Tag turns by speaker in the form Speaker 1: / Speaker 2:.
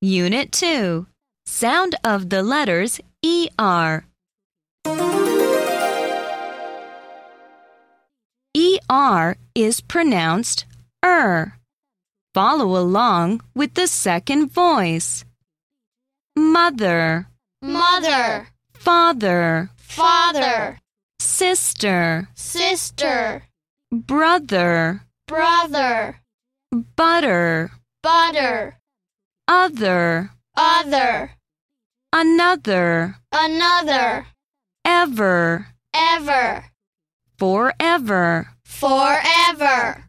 Speaker 1: Unit 2 Sound of the letters ER. ER is pronounced er. Follow along with the second voice. Mother,
Speaker 2: mother,
Speaker 1: father,
Speaker 2: father,
Speaker 1: sister,
Speaker 2: sister,
Speaker 1: brother,
Speaker 2: brother,
Speaker 1: butter,
Speaker 2: butter,
Speaker 1: other,
Speaker 2: other,
Speaker 1: another,
Speaker 2: another,
Speaker 1: ever,
Speaker 2: ever,
Speaker 1: forever.
Speaker 2: forever.